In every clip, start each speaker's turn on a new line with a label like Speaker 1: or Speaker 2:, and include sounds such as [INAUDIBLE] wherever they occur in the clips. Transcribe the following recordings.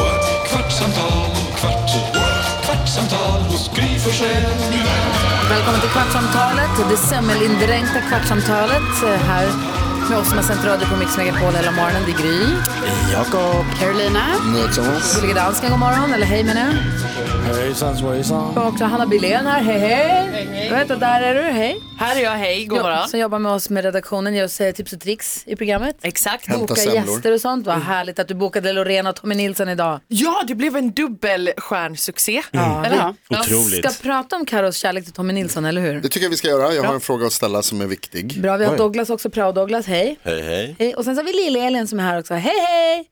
Speaker 1: what? kvartsamtal, kvart, what? kvartsamtal hos Gry Forssell med vänner.
Speaker 2: Välkommen till Kvartsamtalet, det semmelindränkta Kvartsamtalet. eh, Här med oss som har sänt radio på Mix Megapol hela morgonen. Det är Gry. Jakob. Carolina. Gullige dansken, god morgon. Eller hej menar jag.
Speaker 3: Hejsan svejsan.
Speaker 2: Vi har också Hanna Billén här. Hej hej. Jag vet att där är du. Hej.
Speaker 4: Här är jag, hej, god morgon.
Speaker 2: Jag, som jobbar med oss med redaktionen, ger oss eh, tips och tricks i programmet.
Speaker 4: Exakt.
Speaker 2: Boka gäster och sånt. Vad härligt att du bokade Lorena och Tommy Nilsson idag.
Speaker 4: Ja, det blev en dubbelstjärnsuccé. Eller hur?
Speaker 2: Vi ska prata om Karos kärlek till Tommy Nilsson, eller hur?
Speaker 5: Det tycker jag vi ska göra. Jag har en fråga att ställa som är viktig.
Speaker 2: Bra, vi har Douglas också, prao-Douglas, hej. Hej, hej. Och sen så har vi Lill-Elin som är här också, hej, hej.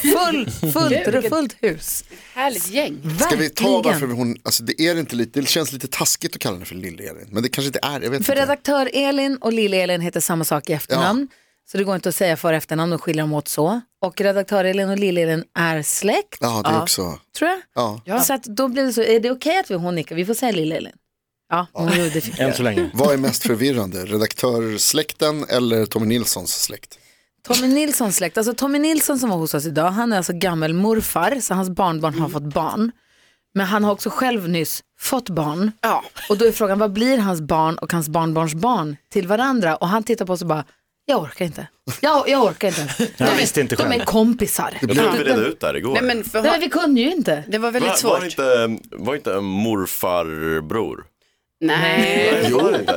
Speaker 2: Full, fullt, fullt hus.
Speaker 6: Härligt gäng.
Speaker 5: Ska vi ta varför
Speaker 2: Verkligen.
Speaker 5: hon, alltså det är inte lite, det känns lite taskigt att kalla henne för Lill-Elin, men det kanske inte är, jag vet
Speaker 2: För
Speaker 5: inte.
Speaker 2: redaktör Elin och Lill-Elin heter samma sak i efternamn. Så det går inte att säga för och efternamn, de skiljer dem åt så. Och redaktör Elin och Lill-Elin är släkt,
Speaker 5: Ja, det är också,
Speaker 2: tror jag.
Speaker 5: ja.
Speaker 2: Så att då blir det så, är det okej att vi hon nickar? Vi får säga Lill-Elin. Ja, hon gjorde det.
Speaker 3: Än så länge.
Speaker 5: Vad är mest förvirrande, redaktörsläkten eller Tommy Nilssons släkt?
Speaker 2: Tommy Nilssons släkt, alltså Tommy Nilsson som var hos oss idag, han är alltså gammelmorfar, så hans barnbarn
Speaker 3: Mm.
Speaker 2: har fått barn. Men han har också själv nyss fått barn.
Speaker 4: Ja.
Speaker 2: Och då är frågan, vad blir hans barn och hans barnbarns barn till varandra? Och han tittar på oss och bara, jag orkar inte. Jag, jag orkar inte. De,
Speaker 3: [LAUGHS] Jag visste inte
Speaker 2: de
Speaker 3: själv.
Speaker 2: är kompisar.
Speaker 7: Jag försökte reda ut det här igår.
Speaker 6: Nej, men för,
Speaker 2: Nej, men vi kunde ju inte.
Speaker 6: Det var
Speaker 7: Va-
Speaker 6: väldigt
Speaker 7: var,
Speaker 6: svårt.
Speaker 7: inte, var inte en morfarbror?
Speaker 6: Nej,
Speaker 7: Nej, var det inte.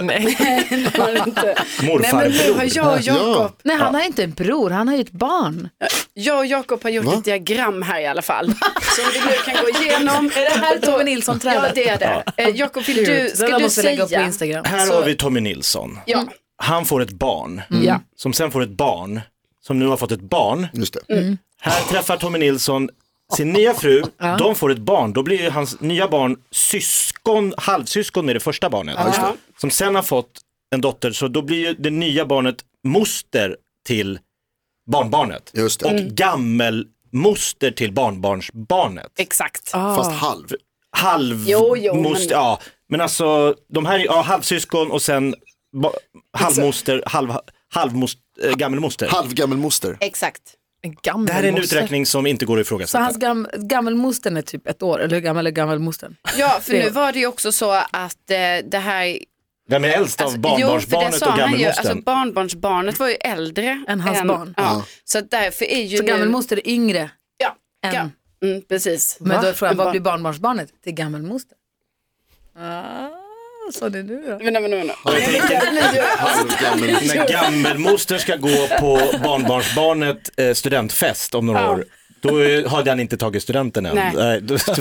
Speaker 6: det var det inte. Nej, men nu
Speaker 3: Morfarbror.
Speaker 6: har jag och Jakob,
Speaker 2: Nej, han har inte en bror, han har ju ett barn.
Speaker 6: jag och Jakob har gjort ett diagram här i alla fall. Som vi nu kan gå igenom. Är det här
Speaker 2: Tove Nilsson-trädet?
Speaker 6: Ja, det är det. Eh, Jakob, vill du,
Speaker 2: Den
Speaker 6: ska
Speaker 2: där
Speaker 6: du
Speaker 2: måste jag lägga upp på
Speaker 6: säga?
Speaker 2: Instagram.
Speaker 3: Här
Speaker 6: Så-
Speaker 3: har vi Tommy Nilsson.
Speaker 6: Ja,
Speaker 3: Han får ett barn.
Speaker 6: Mm.
Speaker 2: Ja.
Speaker 3: Som sen får ett barn. Som nu har fått ett barn.
Speaker 5: Just det.
Speaker 2: Mm.
Speaker 3: Här träffar Tommy Nilsson sin nya fru. De får ett barn. Då blir ju hans nya barn syskon, halvsyskon med det första barnet. Som sen har fått en dotter. Så då blir ju det nya barnet moster till barnbarnet.
Speaker 5: Just det.
Speaker 3: Och
Speaker 2: Mm.
Speaker 6: Mm.
Speaker 3: gammelmoster till barnbarnsbarnet.
Speaker 4: Exakt.
Speaker 2: Ah.
Speaker 5: Fast halv.
Speaker 3: halv...
Speaker 6: Jo, jo,
Speaker 3: most,
Speaker 6: men-
Speaker 3: Ja, men alltså de här är ja, halvsyskon och sen ba, halvmoster, halv, halvmost, äh, gammelmoster.
Speaker 5: Halvgammelmoster.
Speaker 6: exakt.
Speaker 4: En gammal
Speaker 3: det här är en
Speaker 4: moster.
Speaker 3: uträkning som inte går
Speaker 2: Så
Speaker 3: att ifrågasätta.
Speaker 2: hans gam, gammelmostern är typ ett år, eller hur gammal är gammelmostern?
Speaker 6: Ja, för nu var det ju också så att eh, det här...
Speaker 3: Vem är äldst
Speaker 6: Alltså,
Speaker 3: av barnbarnsbarnet och
Speaker 6: han ju.
Speaker 3: gammelmostern?
Speaker 6: Alltså barnbarnsbarnet var ju äldre.
Speaker 2: Än hans barn.
Speaker 6: Ja, så därför är ju
Speaker 2: Så
Speaker 6: nu...
Speaker 2: gammelmoster är yngre
Speaker 6: Ja,
Speaker 2: än...
Speaker 6: ja. Mm, precis.
Speaker 2: Men då är frågan,
Speaker 6: En
Speaker 2: vad
Speaker 6: barn-
Speaker 2: blir barnbarnsbarnet till gammelmoster? Ah, sa det nu då?
Speaker 6: Men, nej, men, nej, men.
Speaker 3: Jag
Speaker 6: [LAUGHS]
Speaker 3: tänker,
Speaker 5: Halvgammel.
Speaker 3: när gammelmostern ska gå på barnbarnsbarnet eh, studentfest om några
Speaker 6: Ja.
Speaker 3: år, då eh, har den inte tagit studenten än.
Speaker 6: Nej.
Speaker 3: [LAUGHS] Nej, då- Så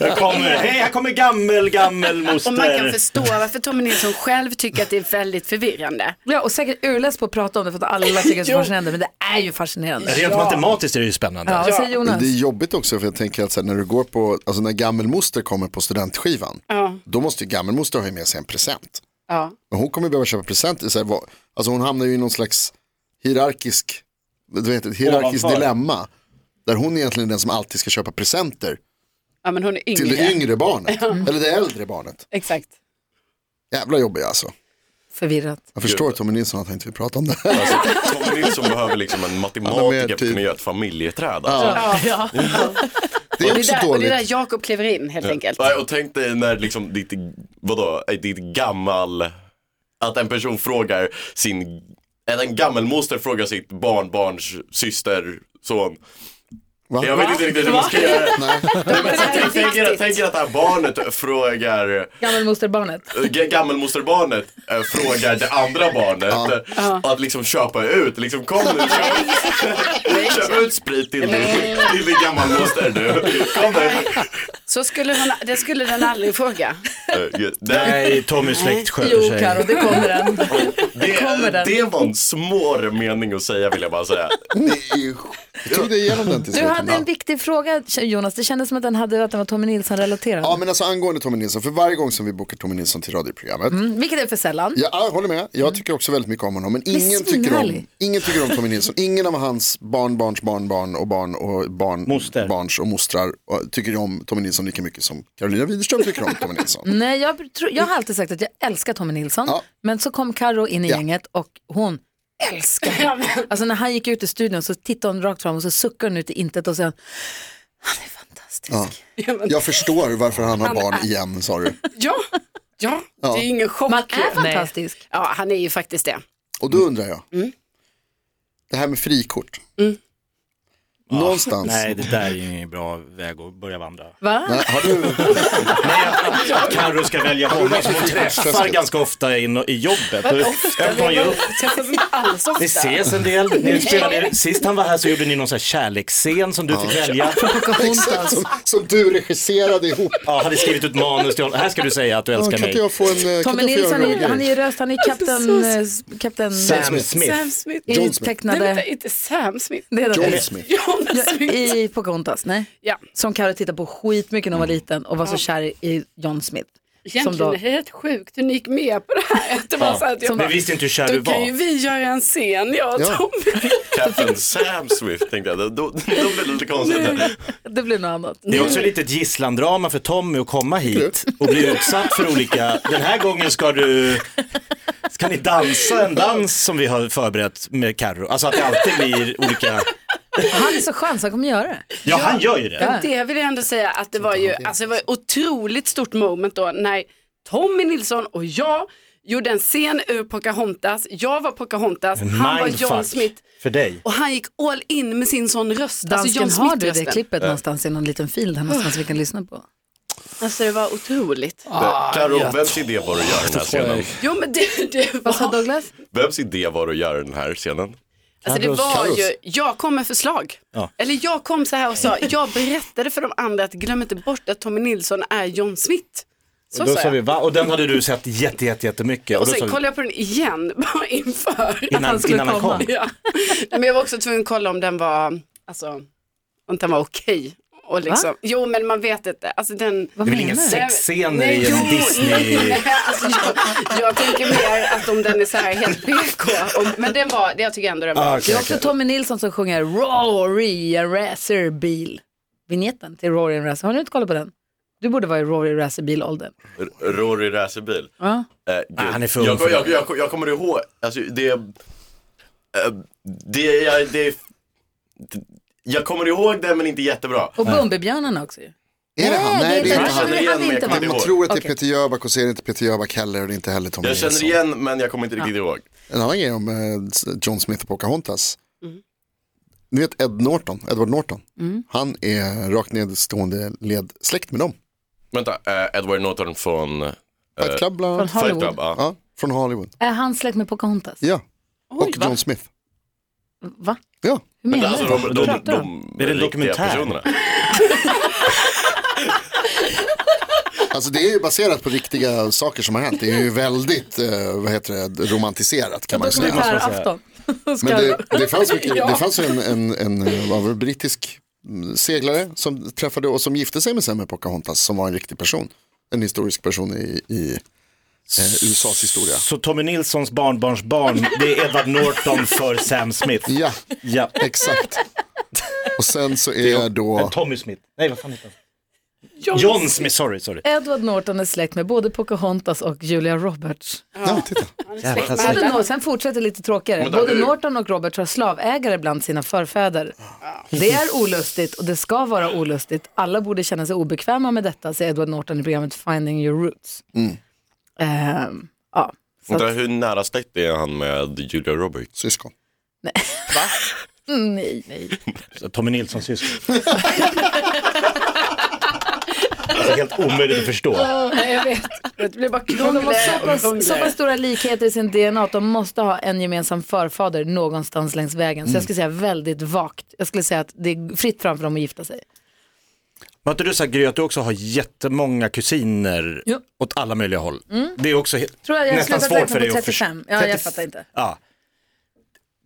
Speaker 3: jag kommer, hej här kommer gammel, gammelmoster.
Speaker 6: Och man kan förstå varför Tommy Nilsson själv tycker att det är väldigt förvirrande.
Speaker 2: Ja, och säkert urläst på att prata om det för att alla tycker att [LAUGHS] det är fascinerande, men det är ju fascinerande.
Speaker 3: Rent matematiskt är det ju spännande.
Speaker 2: Ja, vad säger
Speaker 5: Men
Speaker 2: Jonas?
Speaker 5: Det är jobbigt också för jag tänker att så här, när du går på, alltså när gammelmoster kommer på studentskivan, då måste ju gammelmoster ha med sig en present.
Speaker 6: Ja.
Speaker 5: Men hon kommer behöva köpa presenter. Så här, vad, alltså hon hamnar ju i någon slags hierarkisk, du vet, ett hierarkiskt
Speaker 3: Ovanför.
Speaker 5: dilemma. Där hon egentligen är den som alltid ska köpa presenter
Speaker 6: ja, men hon är
Speaker 5: till
Speaker 6: yngre.
Speaker 5: det yngre barnet. Eller det äldre barnet.
Speaker 6: Exakt.
Speaker 5: Jävla jobbig alltså.
Speaker 2: Förvirrat.
Speaker 5: Jag förstår Tommy Nilsson att han inte vill prata om det. här.
Speaker 7: Alltså, Tommy Nilsson behöver liksom en
Speaker 5: Han har mer
Speaker 7: matematiker för
Speaker 5: tid.
Speaker 7: att kunna göra ett familjeträd. Alltså.
Speaker 5: Ja. Det är
Speaker 6: Det
Speaker 5: också
Speaker 6: är där, och det är
Speaker 5: dåligt.
Speaker 6: där Jakob kliver in helt enkelt.
Speaker 7: Nej, och tänk dig när liksom ditt, vadå, eh, ditt gammal, att en person frågar sin, eller en gammelmoster frågar sitt barnbarns syster, son.
Speaker 5: Va?
Speaker 7: Jag vet inte riktigt hur man ska göra.
Speaker 5: Nej.
Speaker 7: Nej, men
Speaker 6: här är
Speaker 7: tänk- Tänk er-
Speaker 6: viktigt.
Speaker 7: tänk er att det här barnet frågar
Speaker 2: Gammelmosterbarnet.
Speaker 7: G- gammelmosterbarnet eh, frågar det andra barnet eh, att liksom köpa ut, liksom kom nu köp, köp ut sprit till din, till din gammalmoster nu. Kom nu.
Speaker 6: Så skulle hon, det skulle den aldrig fråga.
Speaker 7: Eh, ju-
Speaker 3: Nej, Tommys släkt sköter sig.
Speaker 2: det kommer den. kommer
Speaker 7: det,
Speaker 2: den.
Speaker 7: det var en svår mening att säga vill jag bara säga.
Speaker 5: Det är ju- Jag tog dig igenom den till
Speaker 2: Du
Speaker 5: slut.
Speaker 2: hade en viktig fråga Jonas, det kändes som att den hade att den var Tommy Nilsson-relaterad.
Speaker 5: Ja men alltså angående Tommy Nilsson, för varje gång som vi bokar Tommy Nilsson till radioprogrammet
Speaker 2: Mm, vilket är för sällan.
Speaker 5: Ja, jag håller med. Jag tycker också väldigt mycket om honom. Men
Speaker 2: är
Speaker 5: ingen tycker
Speaker 2: Mm.
Speaker 5: om,
Speaker 2: svinhärlig.
Speaker 5: ingen tycker om Tommy Nilsson. Ingen av hans barn, barns, barn, barn och barn och barn,
Speaker 3: Moster.
Speaker 5: barns och mostrar och, tycker om Tommy Nilsson lika mycket som Carolina Widerström tycker om Tommy
Speaker 2: [LAUGHS]
Speaker 5: Nilsson.
Speaker 2: Nej, jag, tror, jag har alltid sagt att jag älskar Tommy Nilsson,
Speaker 5: Mm. Ja.
Speaker 2: men så kom Karo in i
Speaker 5: Ja.
Speaker 2: gänget och hon
Speaker 5: [LAUGHS]
Speaker 2: älskar honom. Alltså när han gick ut i studion så tittade hon rakt fram och så suckade hon ut i intet och sen, han är fantastisk.
Speaker 5: Jag förstår varför han har barn igen,
Speaker 2: [LAUGHS]
Speaker 5: sa du.
Speaker 6: Ja, ja, det är ju ingen chock.
Speaker 2: Man är fantastisk.
Speaker 6: Ja, han är ju faktiskt det.
Speaker 5: Och då undrar jag,
Speaker 2: Mm.
Speaker 5: det här med frikort. Någonstans.
Speaker 3: Ah. Nej, det där är ju ingen bra väg att börja vandra.
Speaker 2: Va?
Speaker 5: Nej, Har du,
Speaker 3: Att Carro ska välja honom som hon träffar ganska ofta in i jobbet. Jag får ge upp.
Speaker 6: Träffas inte alls ofta.
Speaker 3: Ni ses en del. Ni spelade, sist han var här så gjorde ni någon sån här kärleksscen som du fick
Speaker 5: [LAUGHS]
Speaker 3: välja.
Speaker 5: [LAUGHS] exakt, som, som du regisserade ihop.
Speaker 3: Ja, hade skrivit ut manus till honom. Här ska du säga att du
Speaker 5: Ja,
Speaker 3: älskar
Speaker 5: kan
Speaker 3: mig.
Speaker 5: inte jag få en... eh, kan
Speaker 2: Tommy
Speaker 5: inte jag få
Speaker 2: Nilsson,
Speaker 5: göra en
Speaker 2: är,
Speaker 5: grej?
Speaker 2: han är ju röst,
Speaker 5: [LAUGHS]
Speaker 2: han är kapten, eh, kapten
Speaker 3: Sam
Speaker 2: eh,
Speaker 3: Smith.
Speaker 6: Sam Smith.
Speaker 2: i
Speaker 5: John Smith.
Speaker 6: Nej, vänta,
Speaker 2: tecknade,
Speaker 6: inte Sam Smith.
Speaker 2: det är
Speaker 5: John
Speaker 2: det.
Speaker 5: [LAUGHS] Smith.
Speaker 6: Jonas Smith.
Speaker 2: I Pocahontas, nej.
Speaker 6: Ja,
Speaker 2: Som Karo tittade på skitmycket när
Speaker 5: Mm.
Speaker 2: hon var liten och var så kär i- i John Smith.
Speaker 6: egentligen
Speaker 2: då-
Speaker 6: är det rätt sjukt hur ni gick med på det här. Det var så att jag
Speaker 3: Men
Speaker 6: bara,
Speaker 3: visste inte hur kär du
Speaker 6: då kan ju
Speaker 3: var.
Speaker 6: vi göra en scen, jag och
Speaker 5: Ja.
Speaker 6: Tommy.
Speaker 7: Captain Sam Smith tänkte jag, då, då, då blev det lite konstigt. här.
Speaker 2: Det blev något annat.
Speaker 3: Det är också lite ett gisslandrama för Tommy att komma hit och bli utsatt för olika, den här gången ska du, ska ni dansa en dans som vi har förberett med Carro. Alltså att det alltid blir olika,
Speaker 2: Han är så skön så han kommer göra det.
Speaker 3: ja han gör ju det.
Speaker 6: Men det vill jag ändå säga att det var ju alltså det var ett otroligt stort moment då när Tommy Nilsson och jag gjorde en scen ur Pocahontas. Jag var Pocahontas, han var John
Speaker 3: Mindfuck
Speaker 6: Smith
Speaker 3: för dig.
Speaker 6: och han gick all in med sin sån röst.
Speaker 2: Dansken
Speaker 6: alltså John
Speaker 2: har du det
Speaker 6: Smith-rösten.
Speaker 2: klippet någonstans i någon liten fil
Speaker 7: Ah.
Speaker 2: där någonstans vi kan lyssna på.
Speaker 6: Alltså det var otroligt.
Speaker 7: Karo, vems idé var det att göra den här scenen?
Speaker 6: Jo men det, det var...
Speaker 2: Vad sa Douglas?
Speaker 7: Vems idé var det att göra den här scenen?
Speaker 6: Alltså det var ju, jag kom med förslag.
Speaker 3: Ja.
Speaker 6: Eller jag kom så här och sa, jag berättade för de andra att glöm inte bort att Tommy Nilsson är John Smith. Så
Speaker 3: Då
Speaker 6: sa
Speaker 3: sa
Speaker 6: jag.
Speaker 3: vi va? Och den hade du sett jätte, jätte, jättemycket.
Speaker 6: Och
Speaker 3: då sa
Speaker 6: sen
Speaker 3: vi-
Speaker 6: kollade jag på den igen, [LAUGHS] bara inför.
Speaker 3: innan,
Speaker 2: skulle
Speaker 3: innan han
Speaker 2: komma.
Speaker 3: kom.
Speaker 6: [LAUGHS] Ja. Nej, Men jag var också tvungen att kolla om den var, alltså, om den var okej. Och liksom, jo men man vet inte, alltså den...
Speaker 2: Vad
Speaker 3: Det är väl
Speaker 2: menar
Speaker 3: ingen
Speaker 2: du?
Speaker 3: sexscener i
Speaker 6: jo,
Speaker 3: en
Speaker 6: nej,
Speaker 3: Disney...
Speaker 6: nej, [LAUGHS] alltså, jag, jag tänker mer att om den är så här helt PK. Om, men den var, det jag tycker ändå den var.
Speaker 3: Ah,
Speaker 2: Det
Speaker 3: okej,
Speaker 2: är
Speaker 3: okej.
Speaker 2: också Tommy Nilsson som sjunger Rory a racerbil. Vinjetten till Rory a racer. Har du inte kollat på den? Du borde vara i Rory a racerbil-åldern.
Speaker 7: R- Rory racerbil.
Speaker 2: Ja.
Speaker 7: Eh, gud.
Speaker 3: Ah, han är för ung
Speaker 7: jag,
Speaker 3: för
Speaker 7: jag, jag, jag kommer ihåg, alltså det, eh, det, jag, det, jag kommer ihåg det men inte jättebra.
Speaker 2: Och Bumbibjörnarna också ju.
Speaker 5: Är det han?
Speaker 2: Nej,
Speaker 5: Nej, det är inte
Speaker 7: inte
Speaker 5: han.
Speaker 7: han.
Speaker 2: Nej,
Speaker 7: Han är
Speaker 2: inte
Speaker 7: med,
Speaker 2: han.
Speaker 7: kommer
Speaker 5: Man
Speaker 7: ihåg.
Speaker 5: tror att det är
Speaker 2: Okej.
Speaker 5: Peter Jöback och ser inte Peter Jöback heller och det är inte heller Tommy
Speaker 7: Jag känner
Speaker 5: Nilsson.
Speaker 7: igen men jag kommer inte riktigt ihåg.
Speaker 5: En annan grej om eh, John Smith och Pocahontas.
Speaker 2: Mm.
Speaker 5: Ni vet Ed Norton, Edward Norton. Han är rakt nedstående led släkt med dem.
Speaker 7: Vänta, eh, Edward Norton från eh,
Speaker 5: Fight Club bland
Speaker 2: Från
Speaker 5: annat.
Speaker 7: Fight
Speaker 2: Hollywood.
Speaker 7: Club. Ja.
Speaker 5: Ja, från Hollywood.
Speaker 2: Är han släkt med Pocahontas?
Speaker 5: Ja, och
Speaker 2: va?
Speaker 5: John Smith.
Speaker 2: Va?
Speaker 5: Ja,
Speaker 2: Hur
Speaker 7: Men
Speaker 2: menar
Speaker 7: alltså de, de,
Speaker 2: du?
Speaker 7: de,
Speaker 2: Pratar de?
Speaker 3: Är det en
Speaker 7: riktiga
Speaker 3: dokumentär?
Speaker 7: personerna.
Speaker 5: alltså det är ju baserat på riktiga saker som har hänt. Det är ju väldigt, eh, vad heter det, romantiserat kan man ju säga.
Speaker 2: Dokumentärafton.
Speaker 5: Men det, det
Speaker 2: [LAUGHS]
Speaker 5: fanns, mycket, det fanns en, en, en, eh, av en brittisk mm, seglare som träffade och som gifte sig med Sam med Pocahontas som var en riktig person. En historisk person i, i eh, USAs historia.
Speaker 3: Så Tommy Nilssons barnbarnsbarn, det är Edward Norton för Sam Smith.
Speaker 5: Ja,
Speaker 3: Ja.
Speaker 5: exakt. Och sen så är
Speaker 3: Men
Speaker 5: då,
Speaker 3: Tommy Smith. Nej, vad fan heter han? John Smith, sorry, sorry.
Speaker 2: Edward Norton är släkt med både Pocahontas och Julia Roberts.
Speaker 5: ja, titta.
Speaker 3: Jävla
Speaker 2: Både Nor- sen fortsätter lite tråkigare.
Speaker 7: Men där
Speaker 2: Både
Speaker 7: är det-
Speaker 2: Norton och Roberts var slavägare bland sina förfäder. Det är olustigt och det ska vara olustigt. Alla borde känna sig obekväma med detta, säger Edward Norton i programmet Finding Your Roots.
Speaker 3: Mm.
Speaker 2: Ehm, ja. Så
Speaker 7: Vänta,
Speaker 2: att,
Speaker 7: hur nära släkt är han med Julia Roberts?
Speaker 5: Syskon.
Speaker 2: Mm, nej, nej.
Speaker 3: Tommy Nilssons [LAUGHS] syster. alltså, helt omöjligt att förstå.
Speaker 6: Nej, jag vet, det blir bara
Speaker 2: Men De har
Speaker 6: krångligare
Speaker 2: så
Speaker 6: och
Speaker 2: pass, så
Speaker 6: krångligare.
Speaker 2: pass stora likheter i sin DNA att de måste ha en gemensam förfader
Speaker 3: Mm.
Speaker 2: någonstans längs vägen. Så jag skulle säga väldigt vagt. Jag skulle säga att det är fritt fram för dem att gifta sig.
Speaker 3: Var inte du så här Gry, att du också har jättemånga kusiner
Speaker 2: Ja.
Speaker 3: åt alla möjliga håll?
Speaker 2: Mm.
Speaker 3: Det är också he-
Speaker 2: Tror jag, jag har
Speaker 3: nästan
Speaker 2: slutat
Speaker 3: svårt
Speaker 2: räkna
Speaker 3: för dig
Speaker 2: på
Speaker 3: att förstå.
Speaker 2: 35. Ja, jag fattar inte.
Speaker 3: Ja.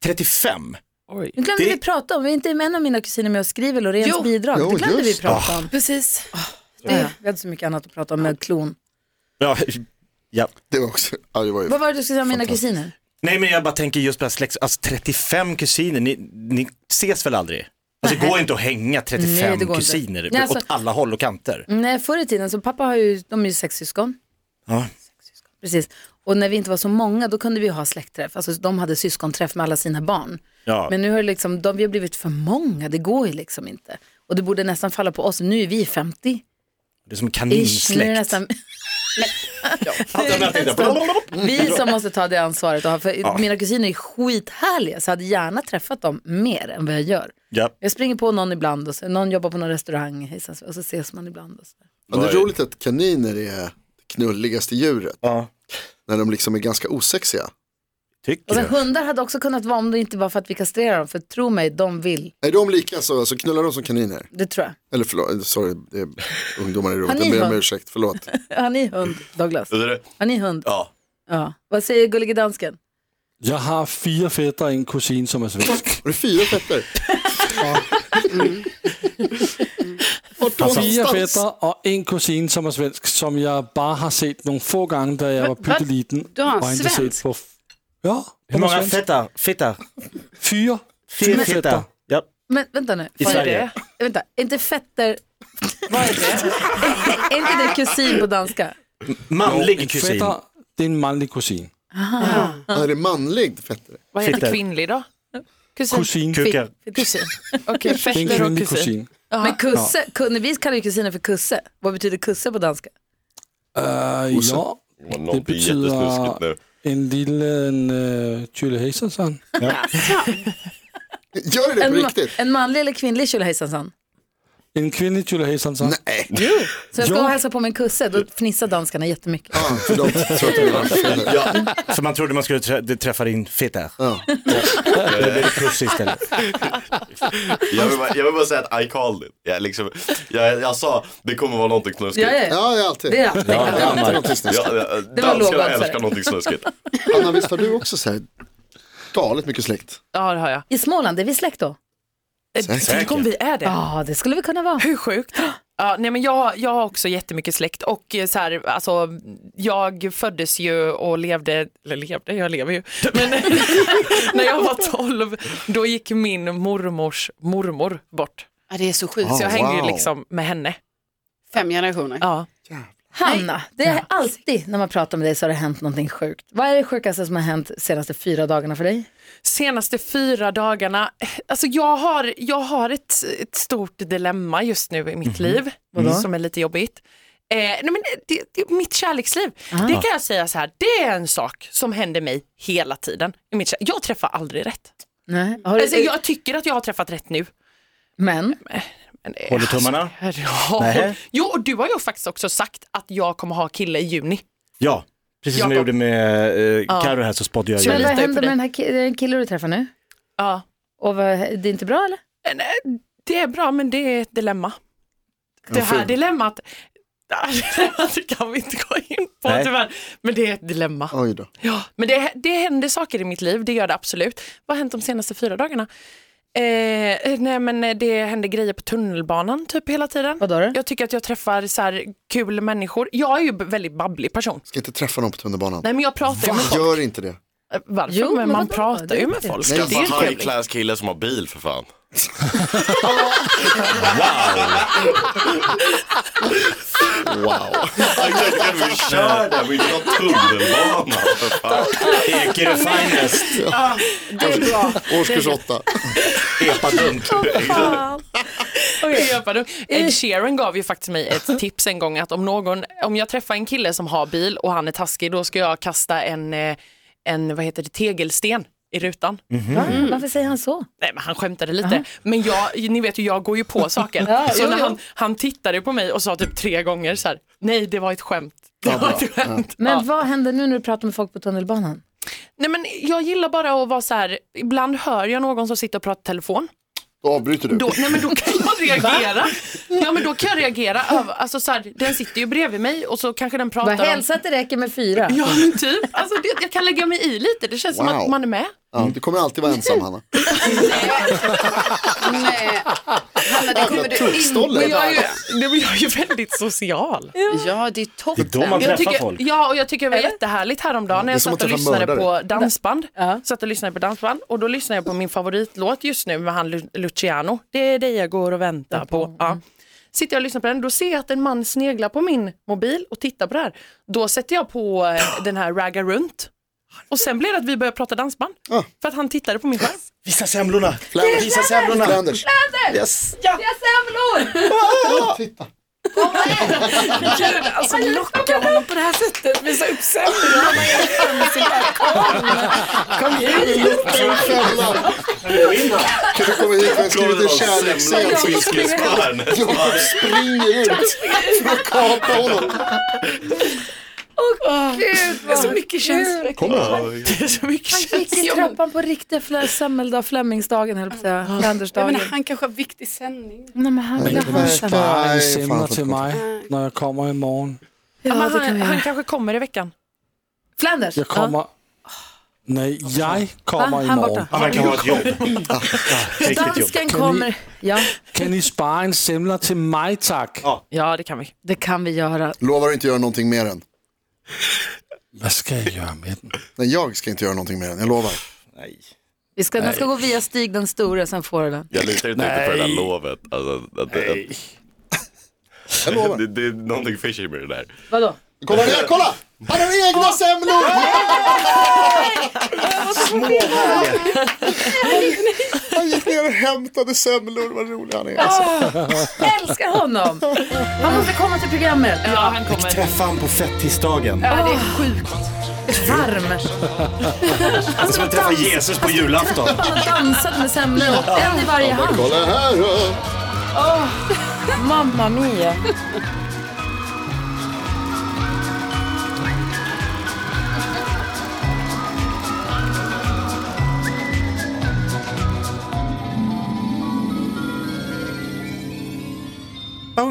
Speaker 3: 35?
Speaker 2: Nu glömde
Speaker 3: Det-
Speaker 2: vi prata om, vi är inte en av mina kusiner med och skriver Loreens
Speaker 8: Jo.
Speaker 2: bidrag.
Speaker 3: Jo,
Speaker 2: det glömde vi
Speaker 3: just det.
Speaker 2: prata
Speaker 3: Ah.
Speaker 2: om.
Speaker 8: Precis.
Speaker 2: Det, vi hade så mycket annat att prata om med klon.
Speaker 3: Ja, ja.
Speaker 5: Det var också, ja, det var ju
Speaker 2: Vad var det du skulle säga om mina kusiner?
Speaker 3: Nej men jag bara tänker just på det här släkt, alltså 35 kusiner, ni, ni ses väl aldrig? Alltså det går inte att hänga 35
Speaker 2: Nej, det går inte.
Speaker 3: kusiner
Speaker 2: Nej, alltså- Mm.
Speaker 3: åt alla håll och kanter.
Speaker 2: Nej, förr i tiden, så pappa har ju, de är ju sex syskon.
Speaker 3: Ja.
Speaker 2: Precis. Och när vi inte var så många då kunde vi ha släktträff. Alltså de hade syskonträff med alla sina barn.
Speaker 3: Ja.
Speaker 2: Men nu har det liksom, de, vi har blivit för många, det går ju liksom inte. Och det borde nästan falla på oss, nu är vi 50.
Speaker 3: Det är som
Speaker 2: Ish,
Speaker 3: en
Speaker 2: nu är det
Speaker 3: kaninsläkt. [LAUGHS]
Speaker 2: nästan...
Speaker 3: Fattar du att det är-
Speaker 2: Vi som måste ta det ansvaret. Och ha, för
Speaker 3: Ja.
Speaker 2: Mina kusiner är skithärliga så jag hade gärna träffat dem mer än vad jag gör.
Speaker 3: Ja.
Speaker 2: Jag springer på någon ibland och så, någon jobbar på någon restaurang hejsan, och så ses man ibland. Och så.
Speaker 5: Men det är roligt att kaniner är det knulligaste djuret. När de liksom är ganska osexiga.
Speaker 2: Och
Speaker 3: Tycker
Speaker 2: sen,
Speaker 3: du?
Speaker 2: hundar hade också kunnat vara om det inte var för att vi kastrerar dem för tro mig, de vill.
Speaker 5: Är de lika så, alltså, knullar de som kaniner?
Speaker 2: Det tror jag. [LAUGHS]
Speaker 5: Eller förlåt, sorry, det är ungdomar i
Speaker 2: Har
Speaker 5: rummet.
Speaker 2: ni
Speaker 5: Jag ber om
Speaker 2: hund?
Speaker 5: ursäkt, förlåt.
Speaker 2: Har ni hund, Douglas?
Speaker 1: Är det-
Speaker 2: Har ni hund?
Speaker 1: Ja.
Speaker 2: Ja. Vad säger gullige dansken?
Speaker 9: Jag har fyra fäder och en kusin som är svensk.
Speaker 5: Har du fyra fetter?
Speaker 9: Fyra fäder och en kusin som är svensk som jag bara har sett några få gånger där jag
Speaker 8: Va-
Speaker 9: var
Speaker 8: va?
Speaker 9: pytteliten.
Speaker 8: Du har en
Speaker 9: och inte
Speaker 8: svensk?
Speaker 9: sett på... f- Ja,
Speaker 3: Hur många
Speaker 9: svensk.
Speaker 3: feta, feta,
Speaker 9: Fyra.
Speaker 3: fyra
Speaker 9: feta.
Speaker 3: feta? Ja.
Speaker 2: Men vänta nu.
Speaker 3: I
Speaker 2: Vad är
Speaker 3: Sverige.
Speaker 2: det? Eh, Vänta, är inte fetter... [LAUGHS] Vad är det? [LAUGHS] är inte det kusin på danska?
Speaker 9: En
Speaker 3: Manlig kusin.
Speaker 9: fätter, det är en manlig kusin.
Speaker 5: Ja, är det manlig fetter?
Speaker 6: Vad heter
Speaker 3: Fitter.
Speaker 6: kvinnlig då? Kusin?
Speaker 9: Kusin. Det
Speaker 3: Kukar.
Speaker 2: Kusin.
Speaker 6: Okej,
Speaker 9: är en
Speaker 6: fetter och
Speaker 9: kvinnlig
Speaker 6: kusin.
Speaker 9: kusin.
Speaker 2: Men kusse, kunde, vi kallar ju kusiner för kusse. Vad betyder kusse på danska?
Speaker 9: Uh, ja,
Speaker 1: Det
Speaker 9: det
Speaker 1: något är
Speaker 9: betyder
Speaker 1: jättesnuskigt nu.
Speaker 9: en liten uh, tjolehejsan.
Speaker 5: Gör det det
Speaker 2: En,
Speaker 5: på
Speaker 2: ma-
Speaker 5: riktigt?
Speaker 2: en manlig eller kvinnlig tjolahejsansan?
Speaker 9: En kvinnlig tjolehejsan.
Speaker 5: Nej,
Speaker 2: Så jag ska
Speaker 9: Ja.
Speaker 2: och hälsa på min kusse, då fnissar danskarna jättemycket.
Speaker 5: fan, för de tror att det var fetter.
Speaker 3: Så man trodde man skulle trä- träffa din feta. Det blev kuss istället.
Speaker 1: Jag vill, bara, jag vill bara säga att I called it. Jag, liksom, jag, jag sa, det kommer vara någonting snuskigt.
Speaker 2: Ja, ja, ja.
Speaker 5: Ja, det är alltid.
Speaker 2: Det är alltid.
Speaker 5: Ja, det är alltid någonting
Speaker 1: Jag,
Speaker 5: snuskigt.
Speaker 1: jag, danskarna
Speaker 2: lågoddsare.
Speaker 1: älskar någonting snuskigt.
Speaker 5: Anna, visst har du också så här galet mycket släkt?
Speaker 6: Ja, det har jag.
Speaker 2: I Småland, är vi släkt då?
Speaker 6: Eh, Tänk om vi är det.
Speaker 2: Ja, det skulle vi kunna vara.
Speaker 6: Hur sjukt? Ja, nej men jag, jag har också jättemycket släkt och eh, så här, alltså, jag föddes ju och levde, eller levde, jag lever ju, men [LAUGHS] när jag var 12 då gick min mormors mormor bort.
Speaker 8: Ja, det är så sjukt.
Speaker 5: Ah,
Speaker 6: Så jag hängde
Speaker 5: wow.
Speaker 6: ju liksom med henne.
Speaker 8: Fem generationer.
Speaker 6: Ja.
Speaker 2: Hanna, det är alltid när man pratar med dig så har det hänt någonting sjukt. Vad är det sjukaste som har hänt senaste fyra dagarna för dig?
Speaker 6: Senaste fyra dagarna, eh, alltså jag har, jag har ett, ett stort dilemma just nu i
Speaker 5: Mhm.
Speaker 6: mitt liv Mm. som är lite jobbigt. Eh, nej men det, det är mitt kärleksliv,
Speaker 5: Ah.
Speaker 6: det kan jag säga så här, det är en sak som händer mig hela tiden. I mitt kär- jag träffar aldrig rätt.
Speaker 2: Nej. Har
Speaker 6: Alltså,
Speaker 2: du,
Speaker 6: jag tycker att jag har träffat rätt nu.
Speaker 2: Men,
Speaker 6: Men, eh,
Speaker 3: Håller tummarna?
Speaker 6: Alltså, ja.
Speaker 3: Nej.
Speaker 6: Jo, och du har ju faktiskt också sagt att jag kommer ha kille i juni.
Speaker 3: Ja, precis som jag
Speaker 6: Jakob.
Speaker 3: gjorde med eh, Karo här så spådde jag
Speaker 6: Så
Speaker 3: ju.
Speaker 2: men vad
Speaker 6: litar ju på
Speaker 2: händer med
Speaker 6: dig.
Speaker 2: den här ki- den killen du träffar nu?
Speaker 6: Ja.
Speaker 2: Och vad, det är inte bra eller?
Speaker 6: Men, eh, Det är bra, men det är ett dilemma. Det här
Speaker 5: ful.
Speaker 6: dilemmat, [LAUGHS] det här dilemmat det kan vi inte gå in på
Speaker 3: Nej.
Speaker 6: tyvärr. Men det är ett dilemma.
Speaker 5: Oj då.
Speaker 6: Ja, men det, det händer saker i mitt liv, det gör det absolut. Vad har hänt de senaste fyra dagarna? Eh, nej men eh, det händer grejer på tunnelbanan typ hela tiden.
Speaker 2: Vad då? då?
Speaker 6: Jag tycker att jag träffar så här kul människor. Jag är ju b- väldigt babblig person.
Speaker 5: Ska inte träffa någon på tunnelbanan.
Speaker 6: Nej men jag pratar ju med folk.
Speaker 5: Gör inte det.
Speaker 6: Eh, Varför?
Speaker 2: Jo, men
Speaker 6: men man
Speaker 2: vadå?
Speaker 6: pratar
Speaker 2: Det är
Speaker 6: ju med
Speaker 2: okej.
Speaker 6: folk.
Speaker 5: Nej,
Speaker 6: det är ju
Speaker 1: Skaffa en high
Speaker 6: trevligt.
Speaker 1: class kille som har bil för fan.
Speaker 5: Wow.
Speaker 1: Exakt, kan vi köra där? Vi kör tunnelbana för fan.
Speaker 3: Ekerö finest,
Speaker 2: Det är bra.
Speaker 5: [LAUGHS] Årskurs åtta.
Speaker 3: epadunt.
Speaker 6: Okej, jag bara- Ed Sheeran gav ju faktiskt mig ett tips en gång att om, någon, om jag träffar en kille som har bil och han är taskig då ska jag kasta en, eh, en vad heter det, tegelsten i rutan.
Speaker 2: Va?
Speaker 6: Mm.
Speaker 2: Varför säger han så?
Speaker 6: Nej men han skämtade lite. Men jag, ni vet ju jag går ju på saker.
Speaker 2: Ja,
Speaker 6: så
Speaker 2: jo,
Speaker 6: när
Speaker 2: jo.
Speaker 6: han, han tittade på mig och sa typ tre gånger så här, nej det var ett skämt. [LAUGHS] Det var ett skämt.
Speaker 2: Men
Speaker 6: Ja.
Speaker 2: vad händer nu när du pratar med folk på tunnelbanan?
Speaker 6: Nej men jag gillar bara att vara så här, ibland hör jag någon som sitter och pratar i telefon.
Speaker 5: Då avbryter du. [LAUGHS]
Speaker 6: Då, nej men då kan jag reagera.
Speaker 4: Ja men då kan jag reagera över, alltså så här, den sitter ju bredvid mig och så kanske den pratar
Speaker 2: Bara hälsa att det räcker med fyra.
Speaker 4: Ja men typ, alltså det, jag kan lägga mig i lite, det känns som
Speaker 5: Wow.
Speaker 4: att man är med.
Speaker 5: Ja, du kommer alltid vara ensam Hanna.
Speaker 6: Nej, Hanna det kommer du inte
Speaker 5: Tokstolle.
Speaker 4: Men jag, är ju, nej, men jag är ju väldigt social.
Speaker 6: Ja, det är toppen.
Speaker 4: Det är då man jag tycker, Ja, och jag tycker det var jättehärligt häromdagen när
Speaker 6: Det är
Speaker 4: jag
Speaker 6: som
Speaker 4: satt
Speaker 6: att
Speaker 4: och
Speaker 6: träffa
Speaker 4: lyssnade
Speaker 6: mördare.
Speaker 4: på dansband. Satt och lyssnade på dansband och då lyssnade jag på min favoritlåt just nu med han Lu- Luciano. Det är det jag går och väntar på. Ja. Sitter jag och lyssnar på den, då ser jag att en man sneglar på min mobil och tittar på det här. Då sätter jag på eh, den här ragga runt. Och sen blev det att vi började prata dansband.
Speaker 5: Ah,
Speaker 4: För att han tittade på min skärm.
Speaker 3: Visa semlorna!
Speaker 5: Flanders.
Speaker 3: Visa semlorna!
Speaker 5: Flanders.
Speaker 3: Yes.
Speaker 4: Ja. Det är
Speaker 5: semlor! Titta.
Speaker 4: Gud, alltså locka honom på det här sättet. Visa upp semlorna. Han har ju fem i sin balkong. Kom hit.
Speaker 5: Kan du komma hit? Jag har skrivit en
Speaker 7: Semlor
Speaker 5: kärleksscen.
Speaker 7: på iskristbarn.
Speaker 5: Jag springer ut för att kapa honom.
Speaker 2: Åh gud,
Speaker 4: Det är så mycket känslor.
Speaker 5: Kommer han?
Speaker 4: Det är så mycket
Speaker 2: Han gick i
Speaker 4: känslor.
Speaker 2: trappan på riktiga flä- semmeldag, Flemingsdagen höll jag på att säga.
Speaker 6: Jag
Speaker 2: Flandersdagen.
Speaker 6: menar, han kanske har viktig sändning.
Speaker 2: Nej men han vill ha semmeldag.
Speaker 10: Bara en
Speaker 5: Nej, fan,
Speaker 10: semla
Speaker 5: vad
Speaker 10: till mig när jag kommer imorgon.
Speaker 2: Ja,
Speaker 4: men
Speaker 2: det kan
Speaker 4: han,
Speaker 2: vi göra.
Speaker 4: han kanske kommer i veckan.
Speaker 2: Flanders?
Speaker 10: Jag kommer... Nej, jag
Speaker 4: Alltså.
Speaker 2: Va?
Speaker 10: kommer
Speaker 2: Han
Speaker 10: imorgon.
Speaker 2: borta.
Speaker 3: Ja, man kan ha ett [LAUGHS] jobb.
Speaker 2: Ja.
Speaker 3: Riktigt jobb.
Speaker 2: Dansken kommer. Ja,
Speaker 10: Kan ni spara en semla till mig tack?
Speaker 3: Ja.
Speaker 4: Ja, det kan vi.
Speaker 2: det kan vi göra.
Speaker 5: Lovar du inte göra någonting mer än?
Speaker 10: Vad ska jag göra med den?
Speaker 5: Nej, jag ska inte göra någonting mer än, jag lovar.
Speaker 3: Nej.
Speaker 2: Vi ska, den ska gå via Stig den store, sen får du den.
Speaker 7: Jag litar inte riktigt på det där
Speaker 10: Nej.
Speaker 7: lovet. Alltså, att, det-
Speaker 5: Jag
Speaker 7: att,
Speaker 5: lovar.
Speaker 7: det, det är någonting fishy med det där.
Speaker 2: Vadå?
Speaker 5: Kolla ner, kolla! Han har egna semlor! Små Han gick ner och hämtade semlor, vad rolig han är. Alltså.
Speaker 2: Älskar honom! Han måste komma till programmet.
Speaker 4: Ja, han kommer.
Speaker 3: Träffa han på fettisdagen.
Speaker 2: Ja, det är sjukt. Varm.
Speaker 3: Det är som att träffa Jesus på julafton.
Speaker 2: Han har dansat med semlor, en i varje hand.
Speaker 5: Kolla här då!
Speaker 2: Mamma mia.
Speaker 3: Bauer